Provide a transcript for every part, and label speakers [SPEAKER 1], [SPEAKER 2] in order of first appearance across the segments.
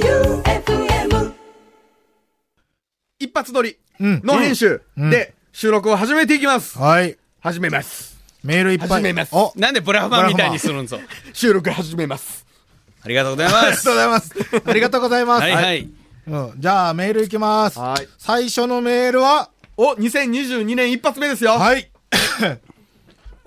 [SPEAKER 1] J-O-E-U-F-M
[SPEAKER 2] 一発撮り
[SPEAKER 3] うん
[SPEAKER 2] の編集
[SPEAKER 3] うん
[SPEAKER 2] で収録を始めていきます。
[SPEAKER 3] はい。
[SPEAKER 2] 始めます。
[SPEAKER 3] メールいっぱい。
[SPEAKER 2] 始めます。
[SPEAKER 3] お、
[SPEAKER 4] なんでブラフマンみたいにするんぞ。
[SPEAKER 2] 収録始めます。
[SPEAKER 4] ありがとうございま
[SPEAKER 3] あり がとうございます。ありがとうございます。
[SPEAKER 4] はいはい。
[SPEAKER 3] うん、じゃあ、メールいきます。
[SPEAKER 2] はい
[SPEAKER 3] 最初のメールは、
[SPEAKER 2] お、2022年一発目ですよ。
[SPEAKER 3] はい。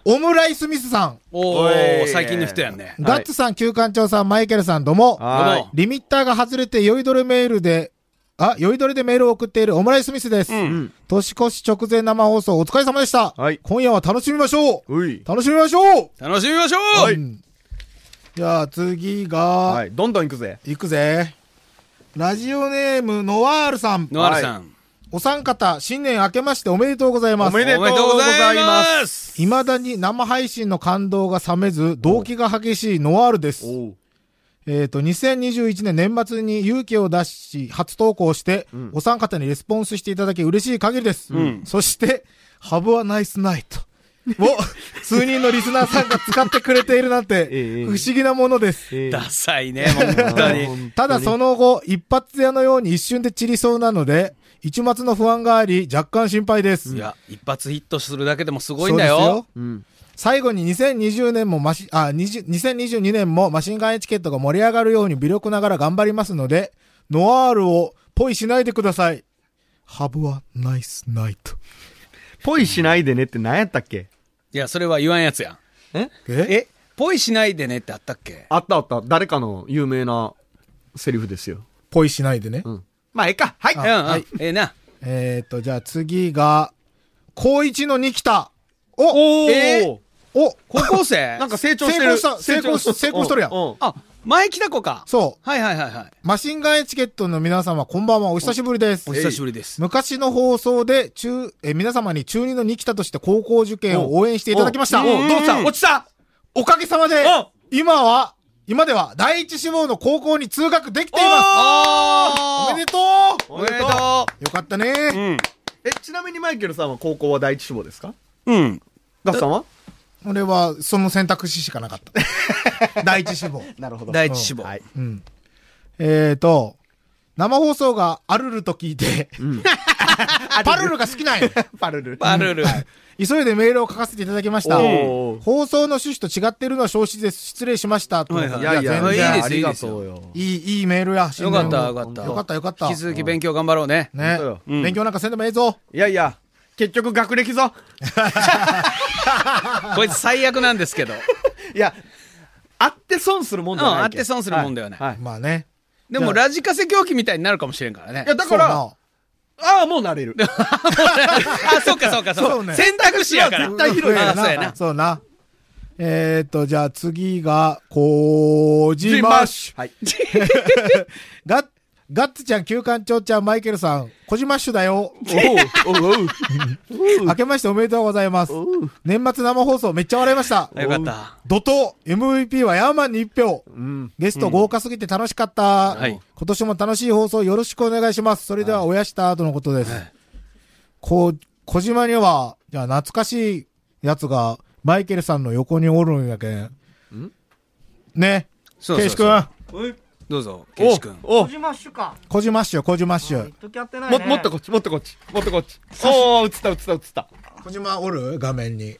[SPEAKER 3] オムライスミスさん、
[SPEAKER 4] お
[SPEAKER 2] おい
[SPEAKER 4] ー、最近の人やんね。
[SPEAKER 3] ガッツさん、旧館長さん、マイケルさん、どうも。
[SPEAKER 2] は
[SPEAKER 4] どうも
[SPEAKER 3] リミッターが外れて酔いどれメールで、あ、酔いどれでメールを送っているオムライスミスです。
[SPEAKER 4] ん
[SPEAKER 3] 年越し直前生放送お疲れ様でした。
[SPEAKER 2] はい
[SPEAKER 3] 今夜は楽しみましょう。
[SPEAKER 2] うい。
[SPEAKER 3] 楽しみましょう。
[SPEAKER 4] 楽しみましょう、
[SPEAKER 2] はい
[SPEAKER 3] うんじゃあ次が、
[SPEAKER 2] はい。どんどん行くぜ。
[SPEAKER 3] いくぜ。ラジオネーム、ノワールさん。
[SPEAKER 4] ノアルさん、
[SPEAKER 3] お三方、新年明けましておめでとうございます。
[SPEAKER 2] おめでとう
[SPEAKER 4] おめでとうございます。
[SPEAKER 3] 未だに生配信の感動が冷めず、動機が激しいノワールです。
[SPEAKER 2] お、
[SPEAKER 3] えっ、と、2021年年末に勇気を出し、初投稿して、お三方にレスポンスしていただき嬉しい限りです。
[SPEAKER 4] ん
[SPEAKER 3] そして、ハブはナイスナイト。 を、数人のリスナーさんが使ってくれているなんて
[SPEAKER 2] ええ
[SPEAKER 3] 不思議なものです。
[SPEAKER 2] え
[SPEAKER 4] ダサいね、本当 に。
[SPEAKER 3] ただその後、一発屋のように一瞬で散りそうなので、一末の不安があり、若干心配です。
[SPEAKER 4] いや、一発ヒットするだけでもすごいんだよ。
[SPEAKER 3] そうです最後に2020年もマシ、あ、20 2022年もマシンガンエチケットが盛り上がるように微力ながら頑張りますので、ノワールをポイしないでください。ハブはナイスナイト。
[SPEAKER 2] ぽいしないでねって何やったっけ
[SPEAKER 4] いや、それは言わんやつやん。
[SPEAKER 3] え
[SPEAKER 4] え、ポイしないでねってあったっけ
[SPEAKER 2] あったあった。誰かの有名なセリフですよ。
[SPEAKER 3] ポイしないでね。
[SPEAKER 2] うん。まあ、ええか。はい。
[SPEAKER 4] うん
[SPEAKER 2] あ
[SPEAKER 4] うん、
[SPEAKER 3] はい
[SPEAKER 4] ええな。
[SPEAKER 3] えーっと、じゃあ次が、高一のニキタ。お
[SPEAKER 4] おえ
[SPEAKER 3] お
[SPEAKER 4] 高校生
[SPEAKER 2] なんか成長してる。
[SPEAKER 3] 成功した成功し成功しとるやん
[SPEAKER 2] うう
[SPEAKER 4] あ、前来た子か。
[SPEAKER 3] そう。
[SPEAKER 4] はいはいはいはい。
[SPEAKER 3] マシンガンエチケットの皆様、こんばんは、お久しぶりです
[SPEAKER 4] お。久しぶりです。
[SPEAKER 3] 昔の放送で、中、え、皆様に中二のニキタとして高校受験を応援していただきました。
[SPEAKER 2] おおどうした落ちた
[SPEAKER 3] おかげさまで
[SPEAKER 2] お、
[SPEAKER 3] 今は、今では第一志望の高校に通学できていま
[SPEAKER 4] あ
[SPEAKER 3] す。お
[SPEAKER 4] ー
[SPEAKER 3] めでと
[SPEAKER 2] お
[SPEAKER 4] お
[SPEAKER 2] め
[SPEAKER 4] め
[SPEAKER 2] で
[SPEAKER 4] で
[SPEAKER 2] とう
[SPEAKER 4] と
[SPEAKER 3] うよかったね。
[SPEAKER 2] え、ちなみにマイケルさんは高校は第一志望ですか
[SPEAKER 4] う。うん。
[SPEAKER 2] ガッさんは
[SPEAKER 3] 俺は、その選択肢しかなか った。第一志望。
[SPEAKER 2] なるほ
[SPEAKER 4] 第一志望。
[SPEAKER 2] はい
[SPEAKER 3] うん。えーと、生放送があるると聞いて、 パルルが好きなんよ。
[SPEAKER 2] パルル。
[SPEAKER 4] バルル。
[SPEAKER 3] 急いでメールを書かせていただきました。
[SPEAKER 2] おー
[SPEAKER 3] 放送の趣旨と違っているのは承知です。失礼しました。と
[SPEAKER 4] はいはい
[SPEAKER 2] いやいや、
[SPEAKER 3] 全
[SPEAKER 4] い
[SPEAKER 3] 然
[SPEAKER 4] やいいです
[SPEAKER 2] ありがとうよ。
[SPEAKER 3] いい、いいメールや。
[SPEAKER 4] よかったよかった。
[SPEAKER 3] よかった、よかった。
[SPEAKER 4] 引き続き勉強頑張ろうね。
[SPEAKER 2] 本
[SPEAKER 3] ね
[SPEAKER 2] 当、
[SPEAKER 4] よ
[SPEAKER 3] 勉強なんかせんでもええぞ。
[SPEAKER 2] いやいや、結局学歴ぞ。
[SPEAKER 4] こいつ最悪なんですけど。
[SPEAKER 2] いや、あって損するもんだ
[SPEAKER 4] うんあって損するもんではない
[SPEAKER 2] はい。
[SPEAKER 3] まあね。
[SPEAKER 4] で
[SPEAKER 3] じゃ
[SPEAKER 4] も
[SPEAKER 3] あ
[SPEAKER 4] ラジカセ狂気みたいになるかもしれんからね
[SPEAKER 2] い。や、だから、ああ、もうなれる。
[SPEAKER 4] あ、 そうかそうか
[SPEAKER 3] そ
[SPEAKER 4] そうう
[SPEAKER 3] ね
[SPEAKER 4] か。選択肢やか
[SPEAKER 3] そう
[SPEAKER 4] ら。
[SPEAKER 3] な、絶対広い
[SPEAKER 4] あそうやな。
[SPEAKER 3] そうな。えーっと、じゃあ次が、小
[SPEAKER 2] ジン
[SPEAKER 3] 島
[SPEAKER 2] はい。
[SPEAKER 3] ガッ、ガッツちゃん、旧館長ちゃん、マイケルさん、小島ッシュだよ。
[SPEAKER 2] おう、おう、おう。
[SPEAKER 3] 明けましておめでとうございます。年末生放送めっちゃ笑いました。
[SPEAKER 4] よかった。
[SPEAKER 3] 怒涛、MVP はヤーマンに1票。
[SPEAKER 2] うん。
[SPEAKER 3] ゲスト豪華すぎて楽しかった。
[SPEAKER 4] はい
[SPEAKER 3] 今年も楽しい放送よろしくお願いします。それではおやした後のことです。
[SPEAKER 4] はい
[SPEAKER 3] こう、小島には、じゃあ懐かしいやつが、マイケルさんの横におるんやけん。ね。
[SPEAKER 4] そう
[SPEAKER 3] ケ
[SPEAKER 4] そう
[SPEAKER 3] イシ君
[SPEAKER 4] そう。どうぞ、ケイシ君。
[SPEAKER 2] おう、
[SPEAKER 5] 小島ッシュか。
[SPEAKER 3] 小島っしゅ、小島っし
[SPEAKER 5] ずっ
[SPEAKER 3] ゅ。
[SPEAKER 5] とやってない
[SPEAKER 2] も、
[SPEAKER 5] ね。
[SPEAKER 2] もっとこっち、もっとこっち、もっとこっち。おー、映った、映った、映った。
[SPEAKER 3] 小島おる画面に。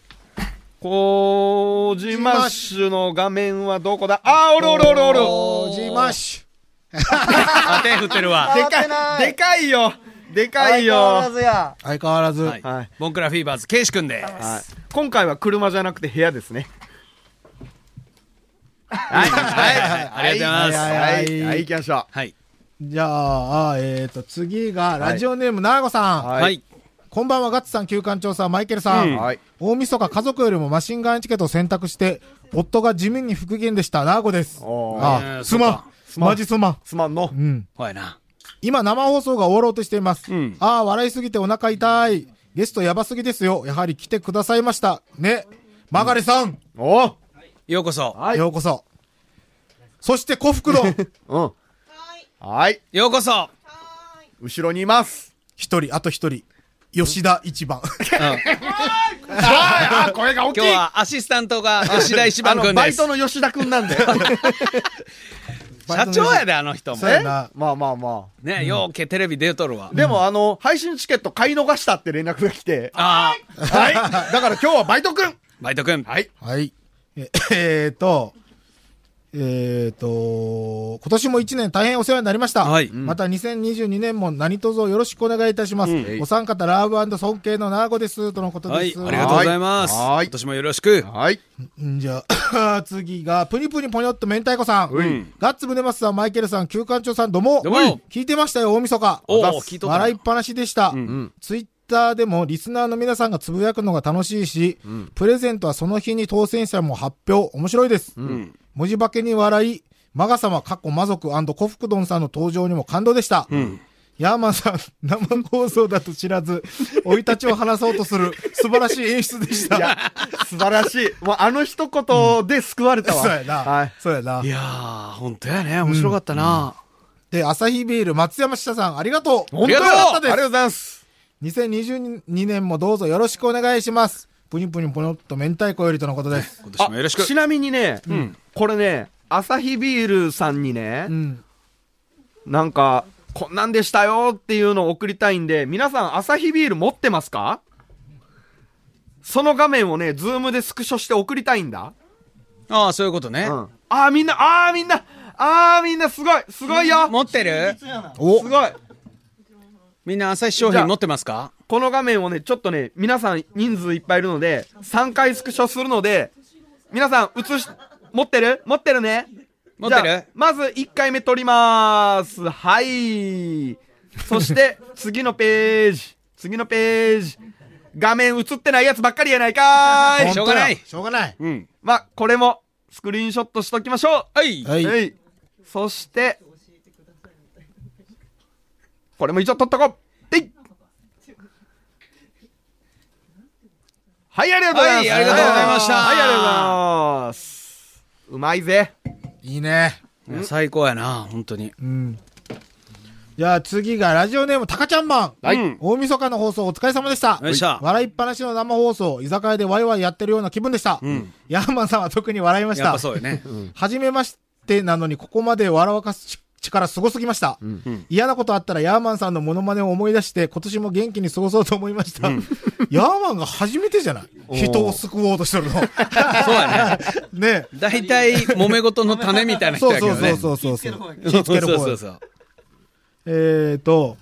[SPEAKER 2] こじまッシュの画面はどこだあー、おるおるおるおる。
[SPEAKER 3] 小島っし
[SPEAKER 4] あ、手振ってるわ。
[SPEAKER 2] で
[SPEAKER 5] 変わって
[SPEAKER 2] か
[SPEAKER 5] ない
[SPEAKER 2] い、でかいよ。でか
[SPEAKER 5] 相
[SPEAKER 2] い
[SPEAKER 5] 変わら
[SPEAKER 2] よ。
[SPEAKER 5] ずや。
[SPEAKER 3] ゅ。相変わらず。
[SPEAKER 4] はい
[SPEAKER 2] はい。
[SPEAKER 4] ボンクラフィーバーズ、ケイシ君で
[SPEAKER 2] はい。今回は車じゃなくて部屋ですね。
[SPEAKER 4] はい。はい。ありがとうございます。
[SPEAKER 3] はい
[SPEAKER 2] はい、行きましょう。
[SPEAKER 4] はい。
[SPEAKER 3] じゃあ、あえっ、と、次が、ラジオネーム、なーごさん。
[SPEAKER 2] はい
[SPEAKER 4] はい。
[SPEAKER 3] こんばんは、ガッツさん、旧館長さん、マイケルさん。
[SPEAKER 4] うん
[SPEAKER 2] はい
[SPEAKER 3] 大晦日、家族よりもマシンガンエチケットを選択して、夫が地味に復元でした、ナーゴです。
[SPEAKER 2] おー
[SPEAKER 3] あ
[SPEAKER 4] えー
[SPEAKER 3] すま
[SPEAKER 4] そ
[SPEAKER 3] ん
[SPEAKER 4] うか。
[SPEAKER 3] マジすまん。
[SPEAKER 2] すまんの
[SPEAKER 3] う。ん。
[SPEAKER 4] ほやな。
[SPEAKER 3] 今、生放送が終わろうとしています。
[SPEAKER 4] うん
[SPEAKER 3] ああ、笑いすぎてお腹痛い。ゲストやばすぎですよ。やはり来てくださいました。ね。マガレさん、
[SPEAKER 2] おう
[SPEAKER 4] ようこそ。
[SPEAKER 2] はい
[SPEAKER 3] ようこそ。そして、小袋。
[SPEAKER 2] うん。はい。
[SPEAKER 4] ようこそ。
[SPEAKER 2] 後ろにいます。
[SPEAKER 3] 一人、あと一人。吉田一番。
[SPEAKER 2] ああ、声が大
[SPEAKER 4] 今日はアシスタントが吉田一
[SPEAKER 2] あ
[SPEAKER 4] 番
[SPEAKER 2] の、
[SPEAKER 4] 君
[SPEAKER 2] バ
[SPEAKER 4] で
[SPEAKER 2] イ
[SPEAKER 4] す
[SPEAKER 2] ト。の吉田くんなんで。
[SPEAKER 4] 社長やで、あの人も
[SPEAKER 3] そう。やな。
[SPEAKER 2] まあまあま
[SPEAKER 4] ね、ようけテレビ出とるわ
[SPEAKER 2] あ。。でも、あの、配信チケット買い逃したって連絡が来て、
[SPEAKER 4] ああ、
[SPEAKER 2] はい。だから今日はバイトくん
[SPEAKER 4] バイト君。はい。
[SPEAKER 3] はい。え えーと、えーと、今年も一年大変お世話になりました。
[SPEAKER 4] はい
[SPEAKER 3] また2022年も何卒よろしくお願いいたします。
[SPEAKER 2] うん
[SPEAKER 3] お三方、ラブ尊敬のナーゴです。とのこと
[SPEAKER 4] は
[SPEAKER 3] で
[SPEAKER 4] い、
[SPEAKER 3] す。
[SPEAKER 4] ありがとうございます。
[SPEAKER 2] はい
[SPEAKER 4] 今年もよろしく。
[SPEAKER 2] はい。
[SPEAKER 3] んじゃあ、 次が、プニプニぽにょっと明太子さん。
[SPEAKER 4] ん
[SPEAKER 3] ガッツムネマスさん、マイケルさん、旧館長さん、どうも。
[SPEAKER 4] どうも
[SPEAKER 3] 聞いてましたよ、大晦日。
[SPEAKER 4] おお、
[SPEAKER 2] あざっす
[SPEAKER 4] 聞いとったな。
[SPEAKER 3] 笑いっぱなしでした。
[SPEAKER 2] うん。
[SPEAKER 3] ツイッターでもリスナーの皆さんがつぶやくのが楽しいし、プレゼントはその日に当選者も発表。面白いです。
[SPEAKER 4] ん。
[SPEAKER 3] 文字化けに笑い、マガ様、過去魔族コフクドンさんの登場にも感動でした。ヤーマンさん、生放送だと知らず、生い立ちを話そうとする素晴らしい演出でし
[SPEAKER 2] いや
[SPEAKER 3] た。、
[SPEAKER 2] 素晴らしい。もうあの一言で救われたわ。
[SPEAKER 3] そうやな。
[SPEAKER 2] はい。
[SPEAKER 3] そうやない
[SPEAKER 4] やー、本当やね。面白かったな。
[SPEAKER 3] で、朝日ビール、松山下さん、ありがとう。
[SPEAKER 4] ありがとう
[SPEAKER 2] 本当だあ
[SPEAKER 4] あり
[SPEAKER 2] りがとうございます。
[SPEAKER 3] 2022年もどうぞよろしくお願いします。ぷにぷにぽにょっと明太子よりとのことです。
[SPEAKER 4] 今年もよろしく
[SPEAKER 2] あ。ちなみにね、これね、アサヒビールさんにね
[SPEAKER 3] う、ん。
[SPEAKER 2] なんか、こんなんでしたよっていうのを送りたいんで、皆さん、アサヒビール持ってますかその画面をね、ズームでスクショして送りたいんだ。
[SPEAKER 4] ああ、そういうこと
[SPEAKER 2] う
[SPEAKER 4] ね。
[SPEAKER 2] ん。あーみんな、あーみんな、あーみんな、すごい、すごいよ
[SPEAKER 4] 持ってる
[SPEAKER 3] お
[SPEAKER 2] すごい
[SPEAKER 4] みんな朝日商品持ってますか
[SPEAKER 2] この画面をね、ちょっとね、皆さん人数いっぱいいるので、3回スクショするので、皆さん映し、持ってる持ってるね
[SPEAKER 4] 持ってる
[SPEAKER 2] じゃあまず1回目撮りまーす。はい。そして、 次のページ。次のページ。画面映ってないやつばっかりやないかー
[SPEAKER 4] 本
[SPEAKER 2] い。
[SPEAKER 4] しょうがない
[SPEAKER 3] しょうがない。
[SPEAKER 4] うん。
[SPEAKER 2] まあ、これもスクリーンショットしときましょ
[SPEAKER 4] はい。
[SPEAKER 3] は
[SPEAKER 2] う。
[SPEAKER 3] い。
[SPEAKER 2] い。そして、これも一応撮っとこう。はい。はい、ありがとうございます。
[SPEAKER 4] はいありがとうございました
[SPEAKER 2] はい、ありがとうございます。うまいぜ。
[SPEAKER 3] いいね。
[SPEAKER 4] いや最高やな、本当に。
[SPEAKER 3] うん。じゃあ次がラジオネーム、たかちゃんマン。
[SPEAKER 4] はい
[SPEAKER 3] 大晦日の放送お疲れ様でした。
[SPEAKER 4] よっしゃ
[SPEAKER 3] 笑いっぱなしの生放送、居酒屋でワイワイやってるような気分でした。
[SPEAKER 4] ん
[SPEAKER 3] ヤーマンさんは特に笑いました。
[SPEAKER 4] やっぱそうよね。
[SPEAKER 3] はじめましてなのに、ここまで笑わかす力すごすぎました。嫌なことあったら、ヤーマンさんのモノマネを思い出して、今年も元気に過ごそうと思いました。ヤーマンが初めてじゃない人を救おうとしてるの。
[SPEAKER 4] そうやね。
[SPEAKER 3] ね
[SPEAKER 4] 大体、揉め事の種みたいな人
[SPEAKER 3] そう
[SPEAKER 4] やけ
[SPEAKER 3] そ
[SPEAKER 4] ど
[SPEAKER 3] うそうそうそ
[SPEAKER 4] ね。
[SPEAKER 3] うそう。
[SPEAKER 4] 気
[SPEAKER 3] 気
[SPEAKER 4] を
[SPEAKER 3] つける方
[SPEAKER 4] そうそうそう。
[SPEAKER 3] えーと、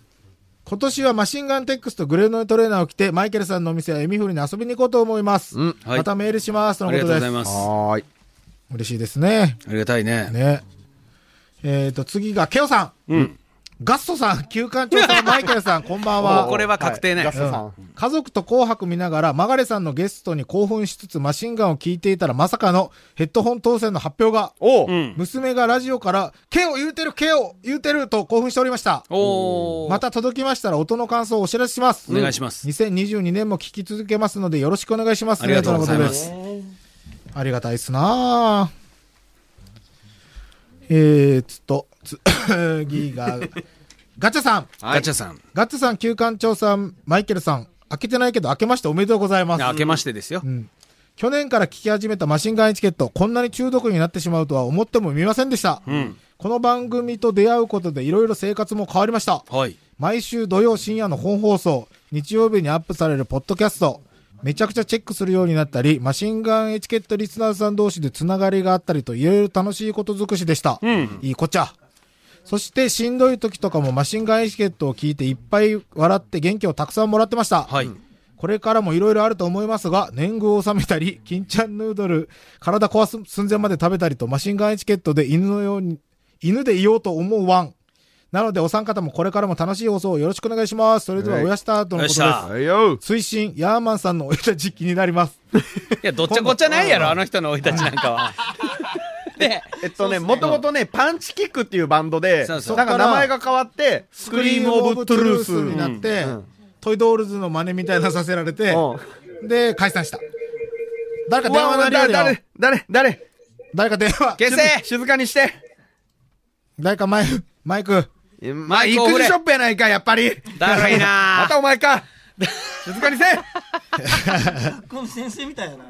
[SPEAKER 3] 今年はマシンガンテックスとグレーノイトレーナーを着て、マイケルさんのお店やエミフルに遊びに行こうと思います。
[SPEAKER 2] うん
[SPEAKER 4] はい
[SPEAKER 3] またメールします。と
[SPEAKER 4] あ
[SPEAKER 3] の
[SPEAKER 4] り
[SPEAKER 3] こ
[SPEAKER 4] がと
[SPEAKER 3] と
[SPEAKER 4] うご
[SPEAKER 3] で
[SPEAKER 4] ざい
[SPEAKER 3] す。
[SPEAKER 4] ます。あ
[SPEAKER 2] はーい。
[SPEAKER 3] 嬉しいですね。
[SPEAKER 4] りがたいね。
[SPEAKER 3] ね。えーと、次がケオさん。
[SPEAKER 4] うん。
[SPEAKER 3] ガストさん、 旧館長さん、マイケルさん、こんばん
[SPEAKER 4] も
[SPEAKER 3] は。
[SPEAKER 4] うこれは確定ね。
[SPEAKER 2] ガストさん。
[SPEAKER 3] 家族と紅白見ながら、マガレさんのゲストに興奮しつつマシンガンを聞いていたら、まさかのヘッドホン当選の発表が、
[SPEAKER 2] おう、
[SPEAKER 4] うん。
[SPEAKER 3] 娘がラジオから、ケオ言うてる、ケオ言うてると興奮しておりました。
[SPEAKER 4] おー。
[SPEAKER 3] また届きましたら音の感想をお知らせします。
[SPEAKER 4] お願いします。
[SPEAKER 3] 2022年も聞き続けますのでよろしくお願いします。
[SPEAKER 4] ありがとうございま
[SPEAKER 3] と
[SPEAKER 4] す
[SPEAKER 3] の。ことです。ありがたいっすなあえー、つっと、つ、 次が、ガチャさん。
[SPEAKER 4] ガチャさん。
[SPEAKER 3] ガッツさん、旧館長さん、マイケルさん、開けてないけど、開けましておめでとうございます。
[SPEAKER 4] 明けましてですよ。
[SPEAKER 3] 去年から聞き始めたマシンガンエチケット、こんなに中毒になってしまうとは思ってもみませんでした。この番組と出会うことでいろいろ生活も変わりました。
[SPEAKER 4] はい。
[SPEAKER 3] 毎週土曜深夜の本放送、日曜日にアップされるポッドキャスト、めちゃくちゃチェックするようになったり、マシンガンエチケットリスナーさん同士でつながりがあったりと、いろいろ楽しいこと尽くしでした。いいこっちゃ。そして、しんどい時とかもマシンガンエチケットを聞いていっぱい笑って元気をたくさんもらってました。
[SPEAKER 4] はい。
[SPEAKER 3] これからもいろいろあると思いますが、年貢を収めたり、金ちゃんヌードル、体壊す寸前まで食べたりと、マシンガンエチケットで犬のように、犬でいようと思うワン。なので、お三方もこれからも楽しい放送をよろしくお願いします。それでは、
[SPEAKER 2] はい
[SPEAKER 3] おやしたとのことです。
[SPEAKER 4] おやした
[SPEAKER 2] はいよ
[SPEAKER 3] 推進、ヤーマンさんのおいたち気になります。
[SPEAKER 4] いや、どっちゃこっちゃないやろ、あの人の生い立ちなんかは。で、
[SPEAKER 2] えっとね、もともとね、パンチキックっていうバンドで、
[SPEAKER 4] そうそう
[SPEAKER 2] なんか名前が変わって、スクリームオブトゥルース
[SPEAKER 3] になっ。て、トイドールズの真似みたいなのさせられて、で、解散した。誰か電話鳴
[SPEAKER 2] 誰、
[SPEAKER 3] りやるよ
[SPEAKER 2] 誰、。誰、誰、
[SPEAKER 3] 誰か電話。
[SPEAKER 4] 消せ
[SPEAKER 2] 静かにして。
[SPEAKER 3] 誰かマイク、マイク。
[SPEAKER 2] まあ、
[SPEAKER 4] マイ
[SPEAKER 2] 育
[SPEAKER 4] クを振れ
[SPEAKER 2] 児ショップやないか、やっぱり。
[SPEAKER 4] だるいな
[SPEAKER 2] またお前か。静かにせ。
[SPEAKER 5] この先生みたいやな。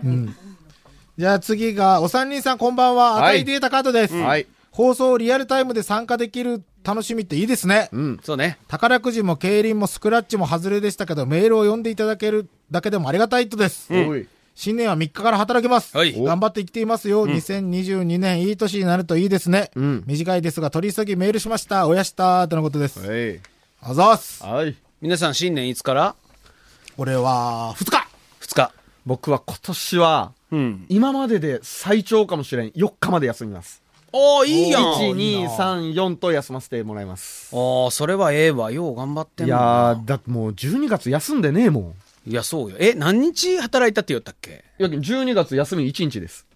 [SPEAKER 3] じゃあ次が、お三人さんこんばんは。
[SPEAKER 2] はい
[SPEAKER 3] 赤いデータカードです。
[SPEAKER 2] はい
[SPEAKER 3] 放送をリアルタイムで参加できる楽しみっていいですね。
[SPEAKER 2] うん。
[SPEAKER 4] そうね。
[SPEAKER 3] 宝くじも競輪もスクラッチも外れでしたけど、メールを読んでいただけるだけでもありがたいとです。
[SPEAKER 2] おい。
[SPEAKER 3] 新年は3日から働きます。
[SPEAKER 4] はい
[SPEAKER 3] 頑張って生きていますよ。2022年いい年になるといいですね。
[SPEAKER 2] うん
[SPEAKER 3] 短いですが、取り急ぎメールしました。おやしたーとのことです。
[SPEAKER 2] はい。
[SPEAKER 3] あざーす。
[SPEAKER 2] はい。
[SPEAKER 4] 皆さん新年いつから
[SPEAKER 3] 俺は、2日
[SPEAKER 4] ?2 日。
[SPEAKER 2] 僕は今年は、
[SPEAKER 4] うん。
[SPEAKER 2] 今までで最長かもしれん。4日まで休みます。
[SPEAKER 4] おー、いいやん。
[SPEAKER 2] 1、2、3、4と休ませてもらいます。
[SPEAKER 4] おー、それはええわ。よう頑張って
[SPEAKER 2] い
[SPEAKER 4] んな
[SPEAKER 2] やー、だってもう12月休んでねえもん。
[SPEAKER 4] いや、そうよ。え、何日働いたって言ったっけ
[SPEAKER 2] いや、12月休み1日 です。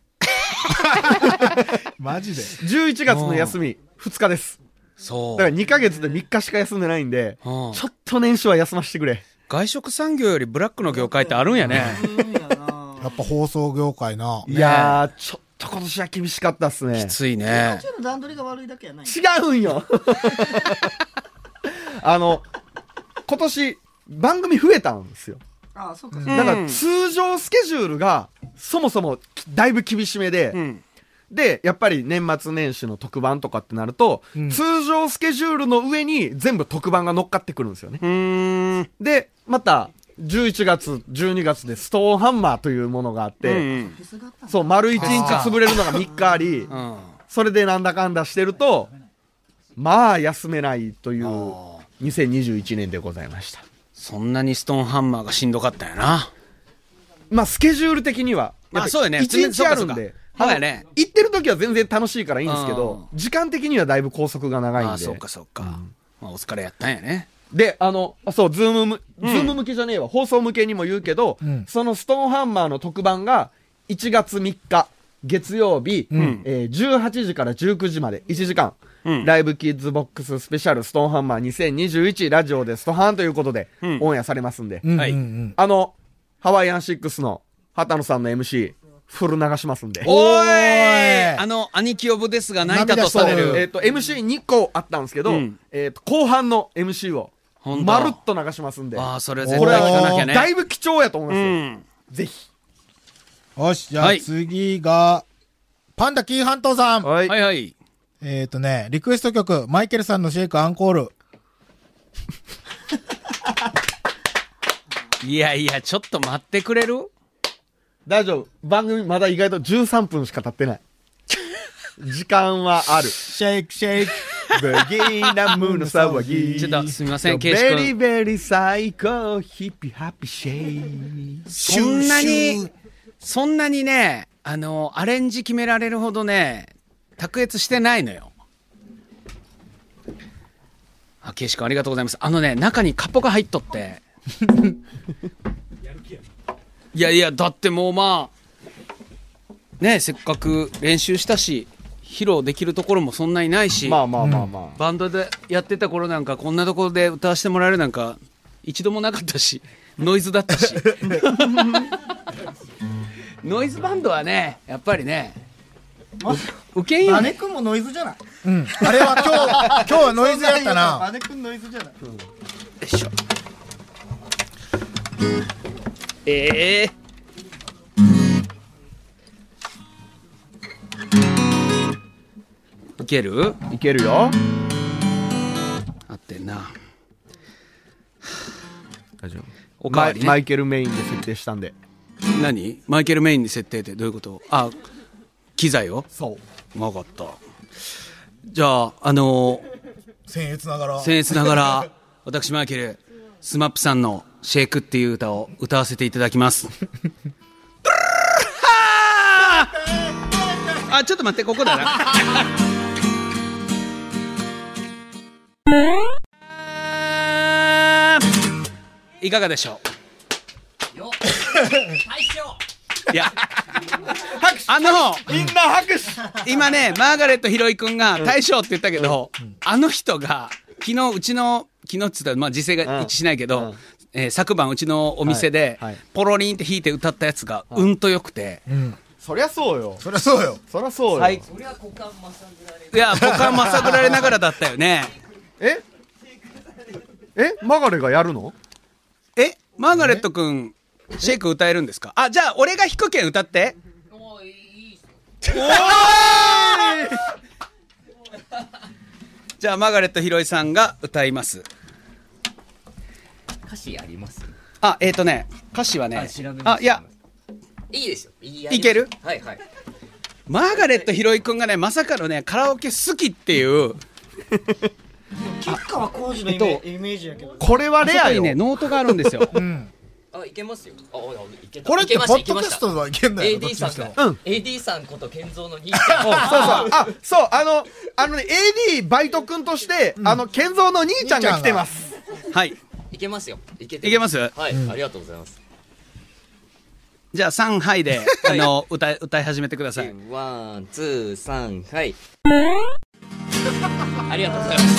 [SPEAKER 3] マジで。
[SPEAKER 2] 11月の休み2日です。
[SPEAKER 4] そ
[SPEAKER 2] だから
[SPEAKER 4] う。
[SPEAKER 2] 2ヶ月で3日しか休んでないんで、ち
[SPEAKER 4] う
[SPEAKER 2] ょ
[SPEAKER 4] ん
[SPEAKER 2] っと年始は休ませてくれ。
[SPEAKER 4] 外食産業よりブラックの業界ってあるんやね。
[SPEAKER 5] うんやな
[SPEAKER 3] やっぱ放送業界な。
[SPEAKER 2] いやー、ちょっと今年は厳しかったっすね
[SPEAKER 4] き。ついね。
[SPEAKER 5] ちょっと段取りが悪いだけやない
[SPEAKER 2] 違うんよ あの、今年番組増えたんですよ。
[SPEAKER 5] ああそうかそ
[SPEAKER 4] う
[SPEAKER 5] う
[SPEAKER 4] ん
[SPEAKER 5] か
[SPEAKER 2] だから通常スケジュールがそもそもきだいぶ厳しめで、
[SPEAKER 4] うん。
[SPEAKER 2] で、やっぱり年末年始の特番とかってなると、
[SPEAKER 3] うん
[SPEAKER 2] 通常スケジュールの上に全部特番が乗っかってくるんですよね。
[SPEAKER 4] うーん。
[SPEAKER 2] で、また、11月、12月でストーンハンマーというものがあって、
[SPEAKER 4] うん
[SPEAKER 5] フェスがあったんだ
[SPEAKER 2] そう、丸1日潰れるのが3日あり、
[SPEAKER 4] うん。
[SPEAKER 2] それでなんだかんだしてると、まあ休めないという2021年でございました。
[SPEAKER 4] そんなにストーンハンマーがしんどかったんやな。
[SPEAKER 2] まあスケジュール的には、
[SPEAKER 4] まあそうやね
[SPEAKER 2] 1日あるん
[SPEAKER 4] そうかそう
[SPEAKER 2] で
[SPEAKER 4] か。そうやね
[SPEAKER 2] あの行ってる時は全然楽しいからいいんですけど、時間的にはだいぶ拘束が長いんで。
[SPEAKER 4] ああ、そうかそうか。まあお疲れやったんやね。
[SPEAKER 2] で、あの、あそう、ズームむ、ズーム向けじゃねえわ、放送向けにも言うけど、
[SPEAKER 3] ん
[SPEAKER 2] そのストーンハンマーの特番が、1月3日、月曜日、えー18時から19時まで、1時間、
[SPEAKER 4] うん
[SPEAKER 2] ライブキッズボックススペシャルストーンハンマー2021ラジオでストハンということで、
[SPEAKER 4] うん
[SPEAKER 2] オンエアされますんで、
[SPEAKER 3] うんうんうん
[SPEAKER 4] はい
[SPEAKER 2] あの、ハワイアンシックスの、畑野さんの MC、フル流しますんで。
[SPEAKER 4] おー
[SPEAKER 3] ー
[SPEAKER 4] い
[SPEAKER 3] い
[SPEAKER 4] あの、兄貴呼ぶですが泣いたとされ
[SPEAKER 3] 涙そう
[SPEAKER 2] えっ、
[SPEAKER 4] る。
[SPEAKER 2] と、MC2 個あったんですけど、
[SPEAKER 4] うん
[SPEAKER 2] えっ、と、後半の MC を、
[SPEAKER 4] ほんと
[SPEAKER 2] まるっと流しますんで。
[SPEAKER 4] ああ、それ絶対聞かなきゃね。
[SPEAKER 2] だいぶ貴重やと思いうますよ。
[SPEAKER 4] ん。
[SPEAKER 2] ぜひ。
[SPEAKER 3] よし、じゃあ
[SPEAKER 4] はい
[SPEAKER 3] 次が、パンダキーハントさん。
[SPEAKER 2] は
[SPEAKER 4] はいはい。
[SPEAKER 3] えっ、ー、とね、リクエスト曲、マイケルさんのシェイクアンコール。
[SPEAKER 4] いやいや、ちょっと待ってくれる
[SPEAKER 2] 大丈夫。番組まだ意外と13分しか経ってない。 時間はある。
[SPEAKER 3] シェイクシェイク。
[SPEAKER 2] ブギーナムの騒ぎ。
[SPEAKER 4] ちょっとすみません
[SPEAKER 2] ベ
[SPEAKER 4] ケイシ君
[SPEAKER 2] リーベリー最高、ヒッピーハッピーシェイ。
[SPEAKER 4] そんなに、そんなにね、あの、アレンジ決められるほどね、卓越してないのよ。あ、ケイシ君ありがとうございます。あのね、中にカッポが入っと って。いやいや、だってもうまあ、ね、せっかく練習したし、披露できるところもそんなにないし、
[SPEAKER 2] まあまあまあまあ。
[SPEAKER 4] バンドでやってた頃なんか、こんなところで歌わせてもらえるなんか、一度もなかったし、 ノイズだったし。 ノイズバンドはね、やっぱりね、ウケんよ
[SPEAKER 5] マネ
[SPEAKER 4] ね。
[SPEAKER 5] 君もノイズじゃない
[SPEAKER 3] うん。 あれは今日、今日はノイズや った
[SPEAKER 5] マ
[SPEAKER 3] な。
[SPEAKER 5] ネ君ノイズじゃない
[SPEAKER 4] よいしょええいける
[SPEAKER 2] いけるよ。
[SPEAKER 4] 合ってん な。
[SPEAKER 2] 大丈夫。
[SPEAKER 4] おか
[SPEAKER 2] マ
[SPEAKER 4] わ
[SPEAKER 2] イ
[SPEAKER 4] り、
[SPEAKER 2] マ
[SPEAKER 4] ね、
[SPEAKER 2] イケルメインで設定したんで。
[SPEAKER 4] 何マイケルメインに設定ってどういうことあ、機材を
[SPEAKER 2] そう。
[SPEAKER 4] わかった。じゃあ、あの
[SPEAKER 3] 僭越ながら。
[SPEAKER 4] 僭越ながら、私マイケル、スマップさんのシェイクっていう歌を歌わせていただきます。あ、ちょっと待って、ここだな。いかがでしょ う。いや、あの、
[SPEAKER 2] みんな拍手
[SPEAKER 4] 今ね、マーガレット・ヒロイ君が大将って言ったけど、あの人が、昨日、うちの、昨日っつったら、まあ、時勢が一致しないけ
[SPEAKER 2] うんう
[SPEAKER 4] ど
[SPEAKER 2] ん、
[SPEAKER 4] えー昨晩、うちのお店で
[SPEAKER 2] はいはい、
[SPEAKER 4] ポロリンって弾いて歌ったやつが、うんと良くて、
[SPEAKER 2] そりゃそうよ。
[SPEAKER 3] そりゃそうよ。
[SPEAKER 2] そりゃそうよ。
[SPEAKER 4] はい。いや、僕はまさぐられながらだったよね。
[SPEAKER 2] ええマガレがやるの
[SPEAKER 4] え、マーガレット君、シェイク歌えるんですかあ、じゃあ、俺が弾くけん歌って。おーいじゃあマーガレットひろいさんが歌います
[SPEAKER 6] 歌詞あります
[SPEAKER 4] あえっ、ー、とね歌詞は
[SPEAKER 6] あ
[SPEAKER 4] ね
[SPEAKER 6] 調べます
[SPEAKER 4] あいや
[SPEAKER 6] いいですよい
[SPEAKER 4] いける
[SPEAKER 6] はいはい
[SPEAKER 4] マーガレットひろいくんがねまさかのねカラオケ好きっていう
[SPEAKER 5] 吉川浩司のイ
[SPEAKER 4] え
[SPEAKER 5] メ
[SPEAKER 4] っ
[SPEAKER 5] イメージやけど
[SPEAKER 2] これはレ
[SPEAKER 4] そこ
[SPEAKER 2] ア
[SPEAKER 4] に
[SPEAKER 2] よ。
[SPEAKER 4] ねノートがあるんです よ
[SPEAKER 3] うん。
[SPEAKER 6] あいけますよああいけた
[SPEAKER 3] これって
[SPEAKER 6] い
[SPEAKER 3] ポ
[SPEAKER 6] けま
[SPEAKER 3] ッドキ
[SPEAKER 6] した
[SPEAKER 3] ャストはいけんだよ。どっ
[SPEAKER 6] AD
[SPEAKER 3] ち
[SPEAKER 6] さ
[SPEAKER 3] に
[SPEAKER 6] ん
[SPEAKER 3] しても。
[SPEAKER 6] が、
[SPEAKER 2] うん
[SPEAKER 6] AD さんこと健三の兄
[SPEAKER 2] そうそう
[SPEAKER 6] さん。
[SPEAKER 2] あそうあのあのね AD バイト君として、あの健三の兄ちゃんが来てます。
[SPEAKER 4] はい
[SPEAKER 6] いけますよ。いけて
[SPEAKER 4] いけます
[SPEAKER 6] はい、ありがとうございます。
[SPEAKER 4] じゃあ3杯であの歌い歌い始めてください
[SPEAKER 6] ワン、ツー、サン、はい。ありがとうございます。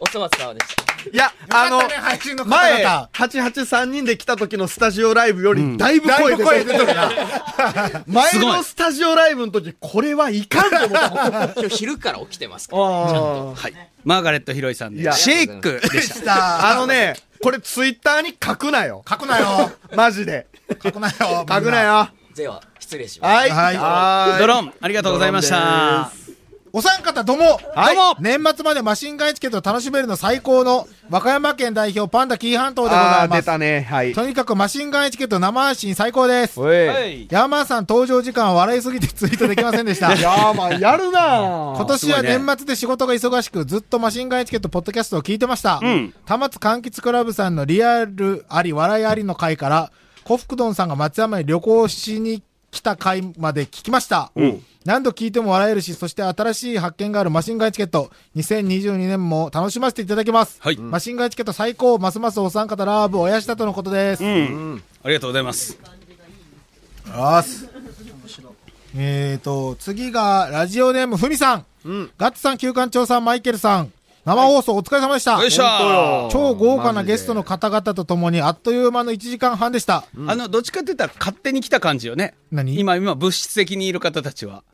[SPEAKER 6] おそ松様でした。
[SPEAKER 2] いやあの。
[SPEAKER 3] 配信の方
[SPEAKER 2] 前、
[SPEAKER 3] 々。
[SPEAKER 2] 883人で来た時のスタジオライブより、だいぶ
[SPEAKER 3] だい
[SPEAKER 2] 声
[SPEAKER 3] ぶ
[SPEAKER 2] 出て
[SPEAKER 3] 声出
[SPEAKER 2] る。
[SPEAKER 3] てるな。
[SPEAKER 2] 前のスタジオライブの時、これはいかんと思ったもん。
[SPEAKER 6] 今日昼から起きてますから。
[SPEAKER 2] あ
[SPEAKER 4] はいマーガレットひろいさん
[SPEAKER 2] い
[SPEAKER 4] で
[SPEAKER 2] や
[SPEAKER 4] シェイクでした
[SPEAKER 2] ーあのね、これツイッターに書くなよ。
[SPEAKER 3] 書くなよ。
[SPEAKER 2] マジで。
[SPEAKER 3] 書くなよ。書
[SPEAKER 2] 書くな。よ。
[SPEAKER 6] では、失礼します。
[SPEAKER 2] はい。
[SPEAKER 3] はい
[SPEAKER 2] はーい
[SPEAKER 4] ドローンありがとうございました
[SPEAKER 3] お三方どうも。
[SPEAKER 2] はい。
[SPEAKER 3] 年末までマシンガンチケットを楽しめるの最高の和歌山県代表パンダ紀伊半島でござ
[SPEAKER 2] あ
[SPEAKER 3] い
[SPEAKER 2] ー、
[SPEAKER 3] ま
[SPEAKER 2] 出
[SPEAKER 3] す。
[SPEAKER 2] たね。はい。
[SPEAKER 3] とにかくマシンガンチケット生配信最高です。
[SPEAKER 2] おい。
[SPEAKER 4] はい
[SPEAKER 3] ヤーマンさん登場時間笑いすぎてツイートできませんで した。
[SPEAKER 2] やーまあやるな
[SPEAKER 3] 今年は年末で仕事が忙しく、ずっとマシンガンエチケットポッドキャストを聞いてました。
[SPEAKER 4] ん
[SPEAKER 3] 田松柑橘クラブさんのリアルあり、笑いありの回から、コフクドンさんが松山に旅行しに来た回まで聞きました。何度聞いても笑えるし、そして新しい発見があるマシンガンエチケット、2022年も楽しませていただきます。
[SPEAKER 4] はい
[SPEAKER 3] マシンガンエチケット最高、ますますお三方ラーブ、おやしたとのことです。
[SPEAKER 4] うんありがとうございます
[SPEAKER 3] よし。えーと、次が、ラジオネーム、ふみさん。
[SPEAKER 2] うん
[SPEAKER 3] ガッツさん、旧館長さん、マイケルさん。生放送お疲れ様でした。
[SPEAKER 4] よいしょ
[SPEAKER 3] 超豪華なゲストの方々と共に、あっという間の1時間半でした。
[SPEAKER 4] あのどっちかって言ったら勝手に来た感じよね
[SPEAKER 3] 何
[SPEAKER 4] 今今物質的にいる方たちは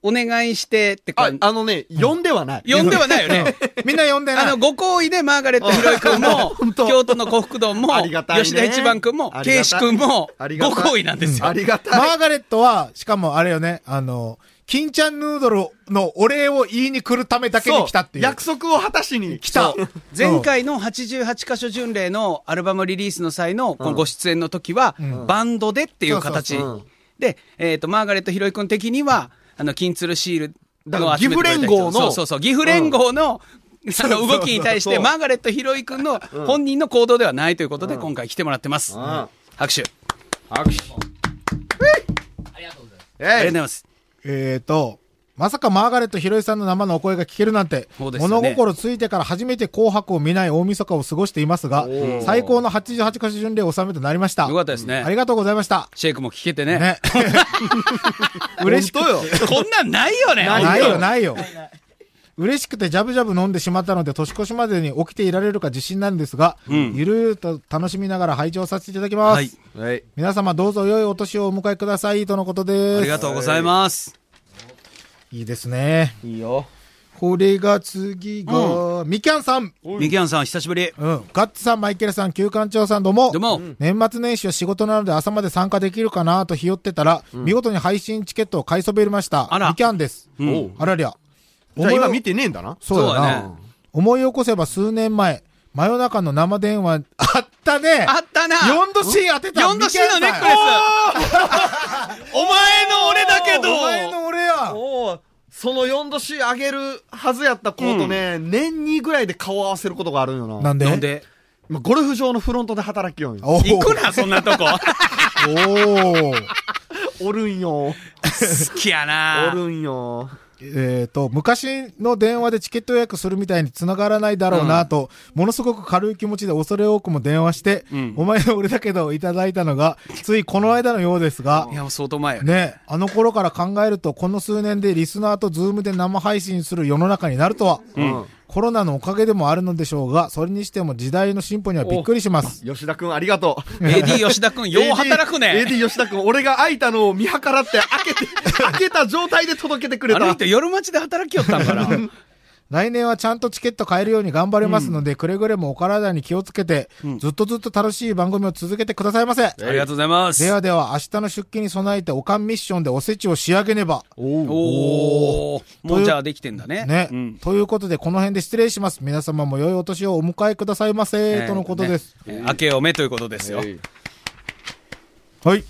[SPEAKER 4] お願いしてって
[SPEAKER 2] あ
[SPEAKER 4] 感じ
[SPEAKER 2] あのね呼んではない
[SPEAKER 4] 呼んではないよね
[SPEAKER 3] みんな呼んで
[SPEAKER 4] あ
[SPEAKER 3] な
[SPEAKER 4] の、
[SPEAKER 3] い。
[SPEAKER 4] ご好意でマーガレットひろいくんも
[SPEAKER 2] 本、当
[SPEAKER 4] 京都の幸福丼も、
[SPEAKER 2] ありがたいね
[SPEAKER 4] 吉田一番くんも
[SPEAKER 2] あ、りがたい
[SPEAKER 4] ケイシくんも
[SPEAKER 2] あ、りが
[SPEAKER 4] ご
[SPEAKER 2] たい
[SPEAKER 4] 好意なんですよ。
[SPEAKER 2] ありがたい
[SPEAKER 3] マーガレットは、しかもあれよね、あの、金ちゃんヌードルのお礼を言いに来るためだけに来たっていう。
[SPEAKER 2] 約束を果たしに
[SPEAKER 3] 来た。
[SPEAKER 4] 前回の88箇所巡礼のアルバムリリースの際のこのご出演の時は、バンドでっていう形
[SPEAKER 3] そう
[SPEAKER 2] そうそう
[SPEAKER 4] で、えっと、マーガレットひろいくん的には、あの、金鶴シールの集めてくれた人
[SPEAKER 2] だから岐阜連合の
[SPEAKER 4] そうそうそう、岐阜連合の、あの動きに対して、マーガレットひろいくんの本人の行動ではないということで、今回来てもらってます。
[SPEAKER 2] ん
[SPEAKER 4] 拍手。
[SPEAKER 2] 拍手
[SPEAKER 4] ありがとう
[SPEAKER 2] え
[SPEAKER 4] ご
[SPEAKER 2] い
[SPEAKER 4] ざいます。
[SPEAKER 3] えーと、まさかマーガレットひろいさんの生のお声が聞けるなんて、
[SPEAKER 4] そうですよね
[SPEAKER 3] 物心ついてから初めて紅白を見ない大晦日を過ごしていますが、最高の88箇所巡礼を収めとなりました。
[SPEAKER 4] よかったですね
[SPEAKER 3] ありがとうございました。
[SPEAKER 4] シェイクも聞けてね。
[SPEAKER 3] ね。嬉しく
[SPEAKER 2] 本当よ
[SPEAKER 4] こんなんないよね。
[SPEAKER 3] ないよ、ないよ。嬉しくてジャブジャブ飲んでしまったので、年越しまでに起きていられるか自信なんですが、
[SPEAKER 4] ん
[SPEAKER 3] ゆるゆると楽しみながら拝聴させていただきます。
[SPEAKER 4] はい。
[SPEAKER 2] はい
[SPEAKER 3] 皆様どうぞ良いお年をお迎えください、とのことです。
[SPEAKER 4] ありがとうございます。
[SPEAKER 3] いいですね。
[SPEAKER 2] いいよ
[SPEAKER 3] これが次が、みきゃんさん。
[SPEAKER 4] ミキヤンさん、久しぶり。
[SPEAKER 3] うん。ガッツさん、マイケルさん、旧館長さん、どうも。
[SPEAKER 4] どうも。
[SPEAKER 3] 年末年始は仕事なので朝まで参加できるかなとひよってたら、見事に配信チケットを買いそびれました。
[SPEAKER 4] あら
[SPEAKER 3] みきゃんです。
[SPEAKER 4] うん
[SPEAKER 3] あらりゃ。
[SPEAKER 2] じゃあ
[SPEAKER 3] 思い
[SPEAKER 2] 今見てねえんだな
[SPEAKER 3] そうだ
[SPEAKER 4] そう
[SPEAKER 3] な
[SPEAKER 4] だね
[SPEAKER 3] 思い起こせば数年前、真夜中の生電話、 あったね。
[SPEAKER 4] あったな
[SPEAKER 3] 4度 C 当てた。
[SPEAKER 4] 4度 C のネックレスお前の俺だけ
[SPEAKER 3] お前
[SPEAKER 4] ど
[SPEAKER 3] の俺や。
[SPEAKER 2] おおその4度 C 上げるはずやった子とね年にぐらいで顔合わせることがあるんよ
[SPEAKER 3] な
[SPEAKER 2] なん
[SPEAKER 3] で
[SPEAKER 4] なんで
[SPEAKER 2] まあゴルフ場のフロントで働きよんよ
[SPEAKER 3] おー
[SPEAKER 4] 行くな、そんなとこ。
[SPEAKER 3] おー
[SPEAKER 2] おるんよ
[SPEAKER 4] 好きや
[SPEAKER 2] お
[SPEAKER 4] な
[SPEAKER 2] るんよ
[SPEAKER 3] えー、と、昔の電話でチケット予約するみたいに繋がらないだろうなと、ものすごく軽い気持ちで恐れ多くも電話して、
[SPEAKER 4] ん
[SPEAKER 3] お前の俺だけどいただいたのが、ついこの間のようですが
[SPEAKER 4] い、や、相当前 やね。
[SPEAKER 3] ね、あの頃から考えると、この数年でリスナーとズームで生配信する世の中になるとは、
[SPEAKER 2] ん
[SPEAKER 3] コロナのおかげでもあるのでしょうが、それにしても時代の進歩にはびっくりします。
[SPEAKER 2] 吉田君ありがとう
[SPEAKER 4] AD 吉田くん、よう働くね。
[SPEAKER 2] AD 吉田君、俺が開いたのを見計 らって、開けて、開けた状態で届けてくれ
[SPEAKER 4] あの
[SPEAKER 2] た
[SPEAKER 4] 人。夜待ちで働きよったんから。
[SPEAKER 3] 来年はちゃんとチケット買えるように頑張りますので、くれぐれもお体に気をつけて、ずっとずっと楽しい番組を続けてくださいませ。
[SPEAKER 4] ありがとうございます。
[SPEAKER 3] ではでは、明日の出勤に備えて、おかんミッションでおせちを仕上げねば。
[SPEAKER 4] おおもうじゃあできてんだね。
[SPEAKER 3] ね、
[SPEAKER 4] うん。
[SPEAKER 3] ということで、この辺で失礼します。皆様も良いお年をお迎えくださいませ、とのことです。
[SPEAKER 4] ね。ね明けおめということですよ。
[SPEAKER 3] はい。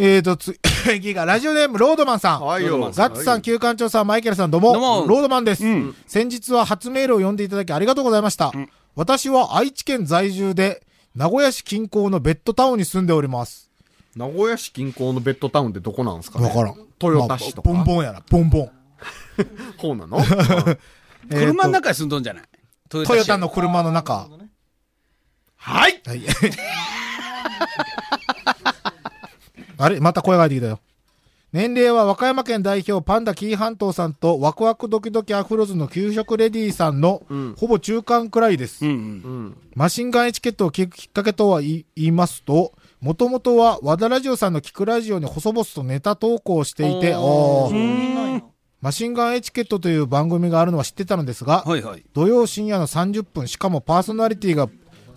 [SPEAKER 3] えーと、次が、ラジオネーム、ロードマンさん。
[SPEAKER 7] はいよ。
[SPEAKER 3] ガッツさん、旧館長さん、マイケルさん、どうも。
[SPEAKER 4] どうも
[SPEAKER 3] ロードマンです、
[SPEAKER 4] うん
[SPEAKER 3] 先日は初メールを読んでいただきありがとうございました。私は愛知県在住で、名古屋市近郊のベッドタウンに住んでおります。
[SPEAKER 7] 名古屋市近郊のベッドタウンってどこなんですかね
[SPEAKER 3] わからん。
[SPEAKER 7] 豊田市とか
[SPEAKER 3] まあボンボンやな、ボンボン。
[SPEAKER 7] こう なの
[SPEAKER 4] 車の中に住んどんじゃないト
[SPEAKER 3] トヨタの。車の中。
[SPEAKER 7] はい
[SPEAKER 3] はい。 あれまた声が入ってきたよ。年齢は和歌山県代表パンダ紀伊半島さんとワクワクドキドキアフロズの給食レディーさんの、ほぼ中間くらいです。
[SPEAKER 4] うんうん。
[SPEAKER 3] マシンガンエチケットを聞くきっかけとは言い言いますと、もともとは和田ラジオさんの聞くラジオに細々とネタ投稿をしていて、おーマシンガンエチケットという番組があるのは知ってたのですが、
[SPEAKER 4] はいはい。
[SPEAKER 3] 土曜深夜の30分、しかもパーソナリティが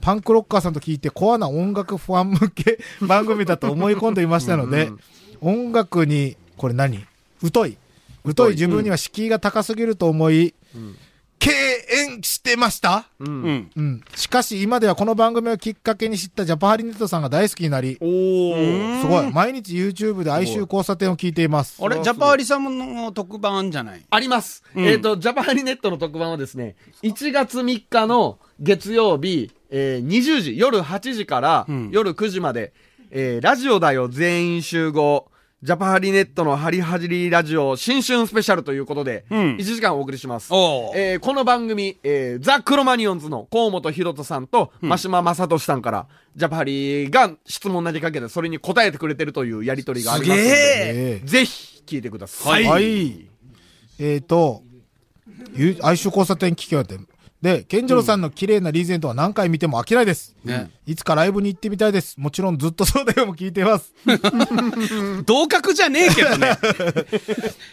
[SPEAKER 3] パンクロッカーさんと聞いてコアな音楽ファン向け番組だと思い込んでいましたので、音楽に、これ何疎い。疎い自分には敷居が高すぎると思い、敬遠してました
[SPEAKER 4] うん。
[SPEAKER 3] うん。しかし今ではこの番組をきっかけに知ったジャパハリネットさんが大好きになり、
[SPEAKER 7] おー。
[SPEAKER 3] すごい。毎日 YouTube で哀愁交差点を聞いています。
[SPEAKER 4] あれジャパーリさんの特番じゃない
[SPEAKER 7] あります。えっ、と、ジャパハリネットの特番はですね、1月3日の月曜日、えー20時、夜8時から
[SPEAKER 4] ん
[SPEAKER 7] 夜9時まで、えーラジオだよ全員集合、ジャパハリネットのハリハリラジオ新春スペシャルということで、
[SPEAKER 4] うん
[SPEAKER 7] 1時間お送りします。
[SPEAKER 4] おー
[SPEAKER 7] えーこの番組、えーザ・クロマニオンズの河本博人さんと、真島正俊さんから、ジャパハリが質問投げかけて、それに答えてくれてるというやりとりがあります
[SPEAKER 4] す
[SPEAKER 7] の
[SPEAKER 4] げ
[SPEAKER 7] で、
[SPEAKER 3] え
[SPEAKER 7] ぜひ聞いてください。
[SPEAKER 3] ーはい。えっと、ゆ哀愁交差点聞き終わって。で、健次郎さんの綺麗なリーゼントは何回見ても飽きないです。
[SPEAKER 4] ね
[SPEAKER 3] いつかライブに行ってみたいです。もちろんずっとそうだよも聞いて ます。
[SPEAKER 4] 同格じゃねえけど ね。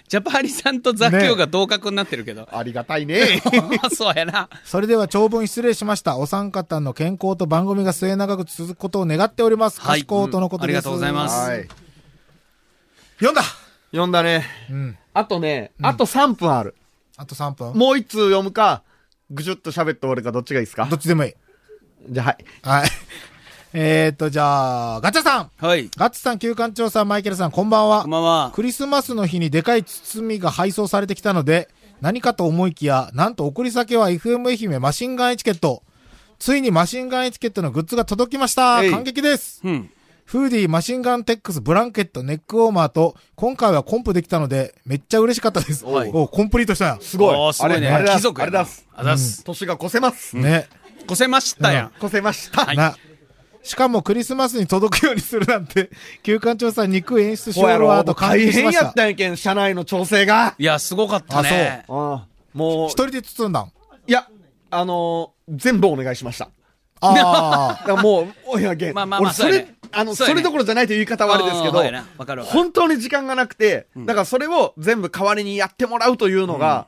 [SPEAKER 4] ジャパーリさんとザキョウが同格になってるけど。
[SPEAKER 7] ありがたいね。
[SPEAKER 4] あ そうやな。
[SPEAKER 3] それでは長文失礼しました。お三方の健康と番組が末永く続くことを願っております。
[SPEAKER 4] はい
[SPEAKER 3] 賢いとのことです、
[SPEAKER 4] うんありがとうございます
[SPEAKER 7] はい。
[SPEAKER 3] 読んだ
[SPEAKER 7] 読んだね。
[SPEAKER 3] うん。
[SPEAKER 7] あとね、あと3分ある。
[SPEAKER 3] あと3分。
[SPEAKER 7] もう1通読むか、ぐじゅっと喋って終わるか、どっちがいいですか
[SPEAKER 3] どっちでもいい。
[SPEAKER 7] じゃあ、はい。
[SPEAKER 3] はい。えーっと、じゃあ、ガチャさん
[SPEAKER 4] はい。
[SPEAKER 3] ガッツさん、旧館長さん、マイケルさん、こんばんは。
[SPEAKER 4] こんばんは。
[SPEAKER 3] クリスマスの日にでかい包みが配送されてきたので、何かと思いきや、なんと送り先は FM 愛媛マシンガンエチケット。ついにマシンガンエチケットのグッズが届きました。
[SPEAKER 7] えい
[SPEAKER 3] 感激です。
[SPEAKER 4] うん。
[SPEAKER 3] フーディー、マシンガンテックス、ブランケット、ネックウォーマーと、今回はコンプできたので、めっちゃ嬉しかったです。
[SPEAKER 4] はい
[SPEAKER 3] おコンプリートしたや
[SPEAKER 7] すごい。
[SPEAKER 4] おーすごいね。
[SPEAKER 7] あれだ
[SPEAKER 4] 貴族
[SPEAKER 7] あ
[SPEAKER 4] や
[SPEAKER 7] れ
[SPEAKER 4] な
[SPEAKER 7] だっす。
[SPEAKER 4] あざっす。
[SPEAKER 7] 年が越せます。
[SPEAKER 3] ん。ね。
[SPEAKER 4] 越せましたやん。
[SPEAKER 7] 越せました。
[SPEAKER 3] な。しかもクリスマスに届くようにするなんて、 休館長さん憎い演出しようわーと感
[SPEAKER 7] 大
[SPEAKER 3] 激し
[SPEAKER 7] 変
[SPEAKER 3] まし
[SPEAKER 7] や
[SPEAKER 3] た
[SPEAKER 7] った。んやけん、社内の調整が。
[SPEAKER 4] いや、すごかったね。
[SPEAKER 7] あもう
[SPEAKER 3] 一、人で包んだん。
[SPEAKER 7] いや、あのー、全部お願いしま した。
[SPEAKER 3] あ
[SPEAKER 7] だからもう、おやげん。
[SPEAKER 4] まあまあまあ
[SPEAKER 7] 俺そ
[SPEAKER 4] そう
[SPEAKER 7] れ、
[SPEAKER 4] やね
[SPEAKER 7] あの、
[SPEAKER 4] そ
[SPEAKER 7] そう
[SPEAKER 4] やね
[SPEAKER 7] れどころじゃないという言い方はあれですけ
[SPEAKER 4] うんうんうんそうや
[SPEAKER 7] ど
[SPEAKER 4] なわかるわ、かる
[SPEAKER 7] 本当に時間がなくて、だからそれを全部代わりにやってもらうというのが、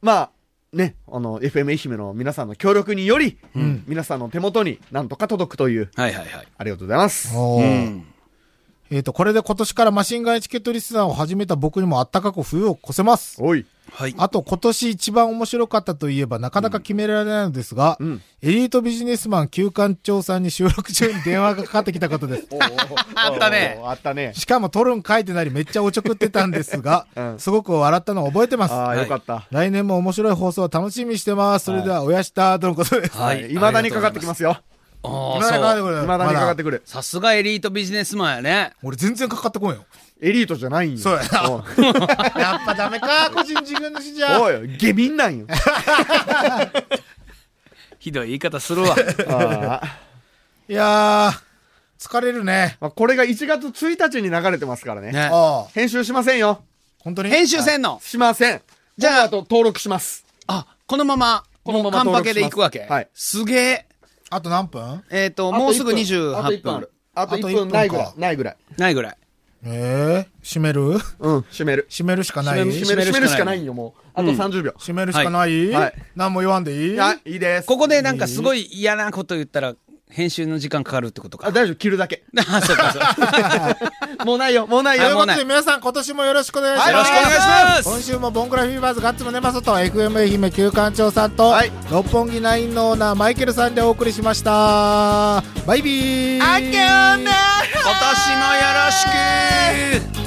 [SPEAKER 7] まあ、ね、あの、FM 愛媛の皆さんの協力により、皆さんの手元になんとか届くという、
[SPEAKER 4] はいはいはい。
[SPEAKER 7] ありがとうございま
[SPEAKER 3] あ。
[SPEAKER 7] す。
[SPEAKER 3] お
[SPEAKER 4] う
[SPEAKER 3] ー
[SPEAKER 4] ん。
[SPEAKER 3] えっ、と、これで今年からマシンガンエチケットリスナーを始めた僕にもあったかく冬を越せます。
[SPEAKER 7] おい。
[SPEAKER 4] はい。
[SPEAKER 3] あと、今年一番面白かったといえば、なかなか決められないのですが、
[SPEAKER 7] ん
[SPEAKER 3] エリートビジネスマン旧館長さんに収録中に電話がかかってきたこと です。
[SPEAKER 4] あったね
[SPEAKER 7] おーあったね。
[SPEAKER 3] しかも、取るん書いてなりめっちゃおちょくってたんですが、
[SPEAKER 7] うん
[SPEAKER 3] すごく笑ったのを覚えてます。
[SPEAKER 7] ああ、
[SPEAKER 4] い
[SPEAKER 7] よかった。
[SPEAKER 3] 来年も面白い放送を楽しみにしてます。それでは、おやしたとのことです。
[SPEAKER 4] は。
[SPEAKER 7] はい。未だにかかってきますすよ。
[SPEAKER 4] あ
[SPEAKER 3] 未だにかかって
[SPEAKER 4] あ、そ
[SPEAKER 3] こ
[SPEAKER 4] う。
[SPEAKER 3] ない
[SPEAKER 7] 未だにかかってくる。
[SPEAKER 4] さすがエリートビジネスマンやね。
[SPEAKER 3] 俺全然かかってこんよ。
[SPEAKER 7] エリートじゃないんよ。
[SPEAKER 3] そうやな
[SPEAKER 7] おい
[SPEAKER 3] やっぱダメか、個人事業主じゃ。
[SPEAKER 7] おい、下品なん よ。
[SPEAKER 4] ひどい言い方するわ。
[SPEAKER 7] あー
[SPEAKER 3] いやー、疲れるね。
[SPEAKER 7] まあこれが1月1日に流れてますからね。
[SPEAKER 4] ね
[SPEAKER 3] ああ、
[SPEAKER 7] 編集しませんよ。
[SPEAKER 3] 本当に
[SPEAKER 4] 編集せんの。
[SPEAKER 7] しません。じゃあ、あと登録します。
[SPEAKER 4] あ、このまま、
[SPEAKER 7] このまま
[SPEAKER 4] もうカンパ
[SPEAKER 7] 登録します
[SPEAKER 4] ケで行くわけ。
[SPEAKER 7] はい
[SPEAKER 4] すげえ。
[SPEAKER 3] あと何分
[SPEAKER 4] えっ、と、もうすぐ
[SPEAKER 7] あと
[SPEAKER 4] 28
[SPEAKER 7] 一分あと1分あ
[SPEAKER 4] 分
[SPEAKER 7] る。。あと
[SPEAKER 3] あと
[SPEAKER 7] 1
[SPEAKER 3] 一分
[SPEAKER 7] 分ないぐらい
[SPEAKER 3] か。
[SPEAKER 7] ないぐらい。
[SPEAKER 4] ないぐらい。
[SPEAKER 3] ええ閉める
[SPEAKER 7] うん、閉める。
[SPEAKER 3] 閉めるしかない
[SPEAKER 7] 閉める、閉めるしかないよ、もう。あと30秒。
[SPEAKER 3] 閉めるしかない、
[SPEAKER 7] はいはい
[SPEAKER 3] 何も言わんでいい
[SPEAKER 7] いや、いいです。
[SPEAKER 4] ここでなんかすごい嫌なこと言ったら、編集の時間かかるってこと
[SPEAKER 7] あ、
[SPEAKER 4] か。
[SPEAKER 7] 大丈夫、切るだけ。
[SPEAKER 4] あ、そうかそう か。
[SPEAKER 7] もうないよ、もうない
[SPEAKER 3] と
[SPEAKER 7] よ。
[SPEAKER 3] い
[SPEAKER 4] あ
[SPEAKER 3] うこ
[SPEAKER 4] も
[SPEAKER 3] と
[SPEAKER 4] うな
[SPEAKER 3] で
[SPEAKER 4] い
[SPEAKER 3] 皆さん今年もよろしくお願いします、
[SPEAKER 7] はい
[SPEAKER 4] よろしくお願いします
[SPEAKER 3] 今週もボンクラフィーバーズガッツムネマソと FM 愛媛旧館長さんと、
[SPEAKER 7] はい
[SPEAKER 3] 六本木ナインのオーナーマイケルさんでお送りしましたバイビー
[SPEAKER 4] 今年もよろしく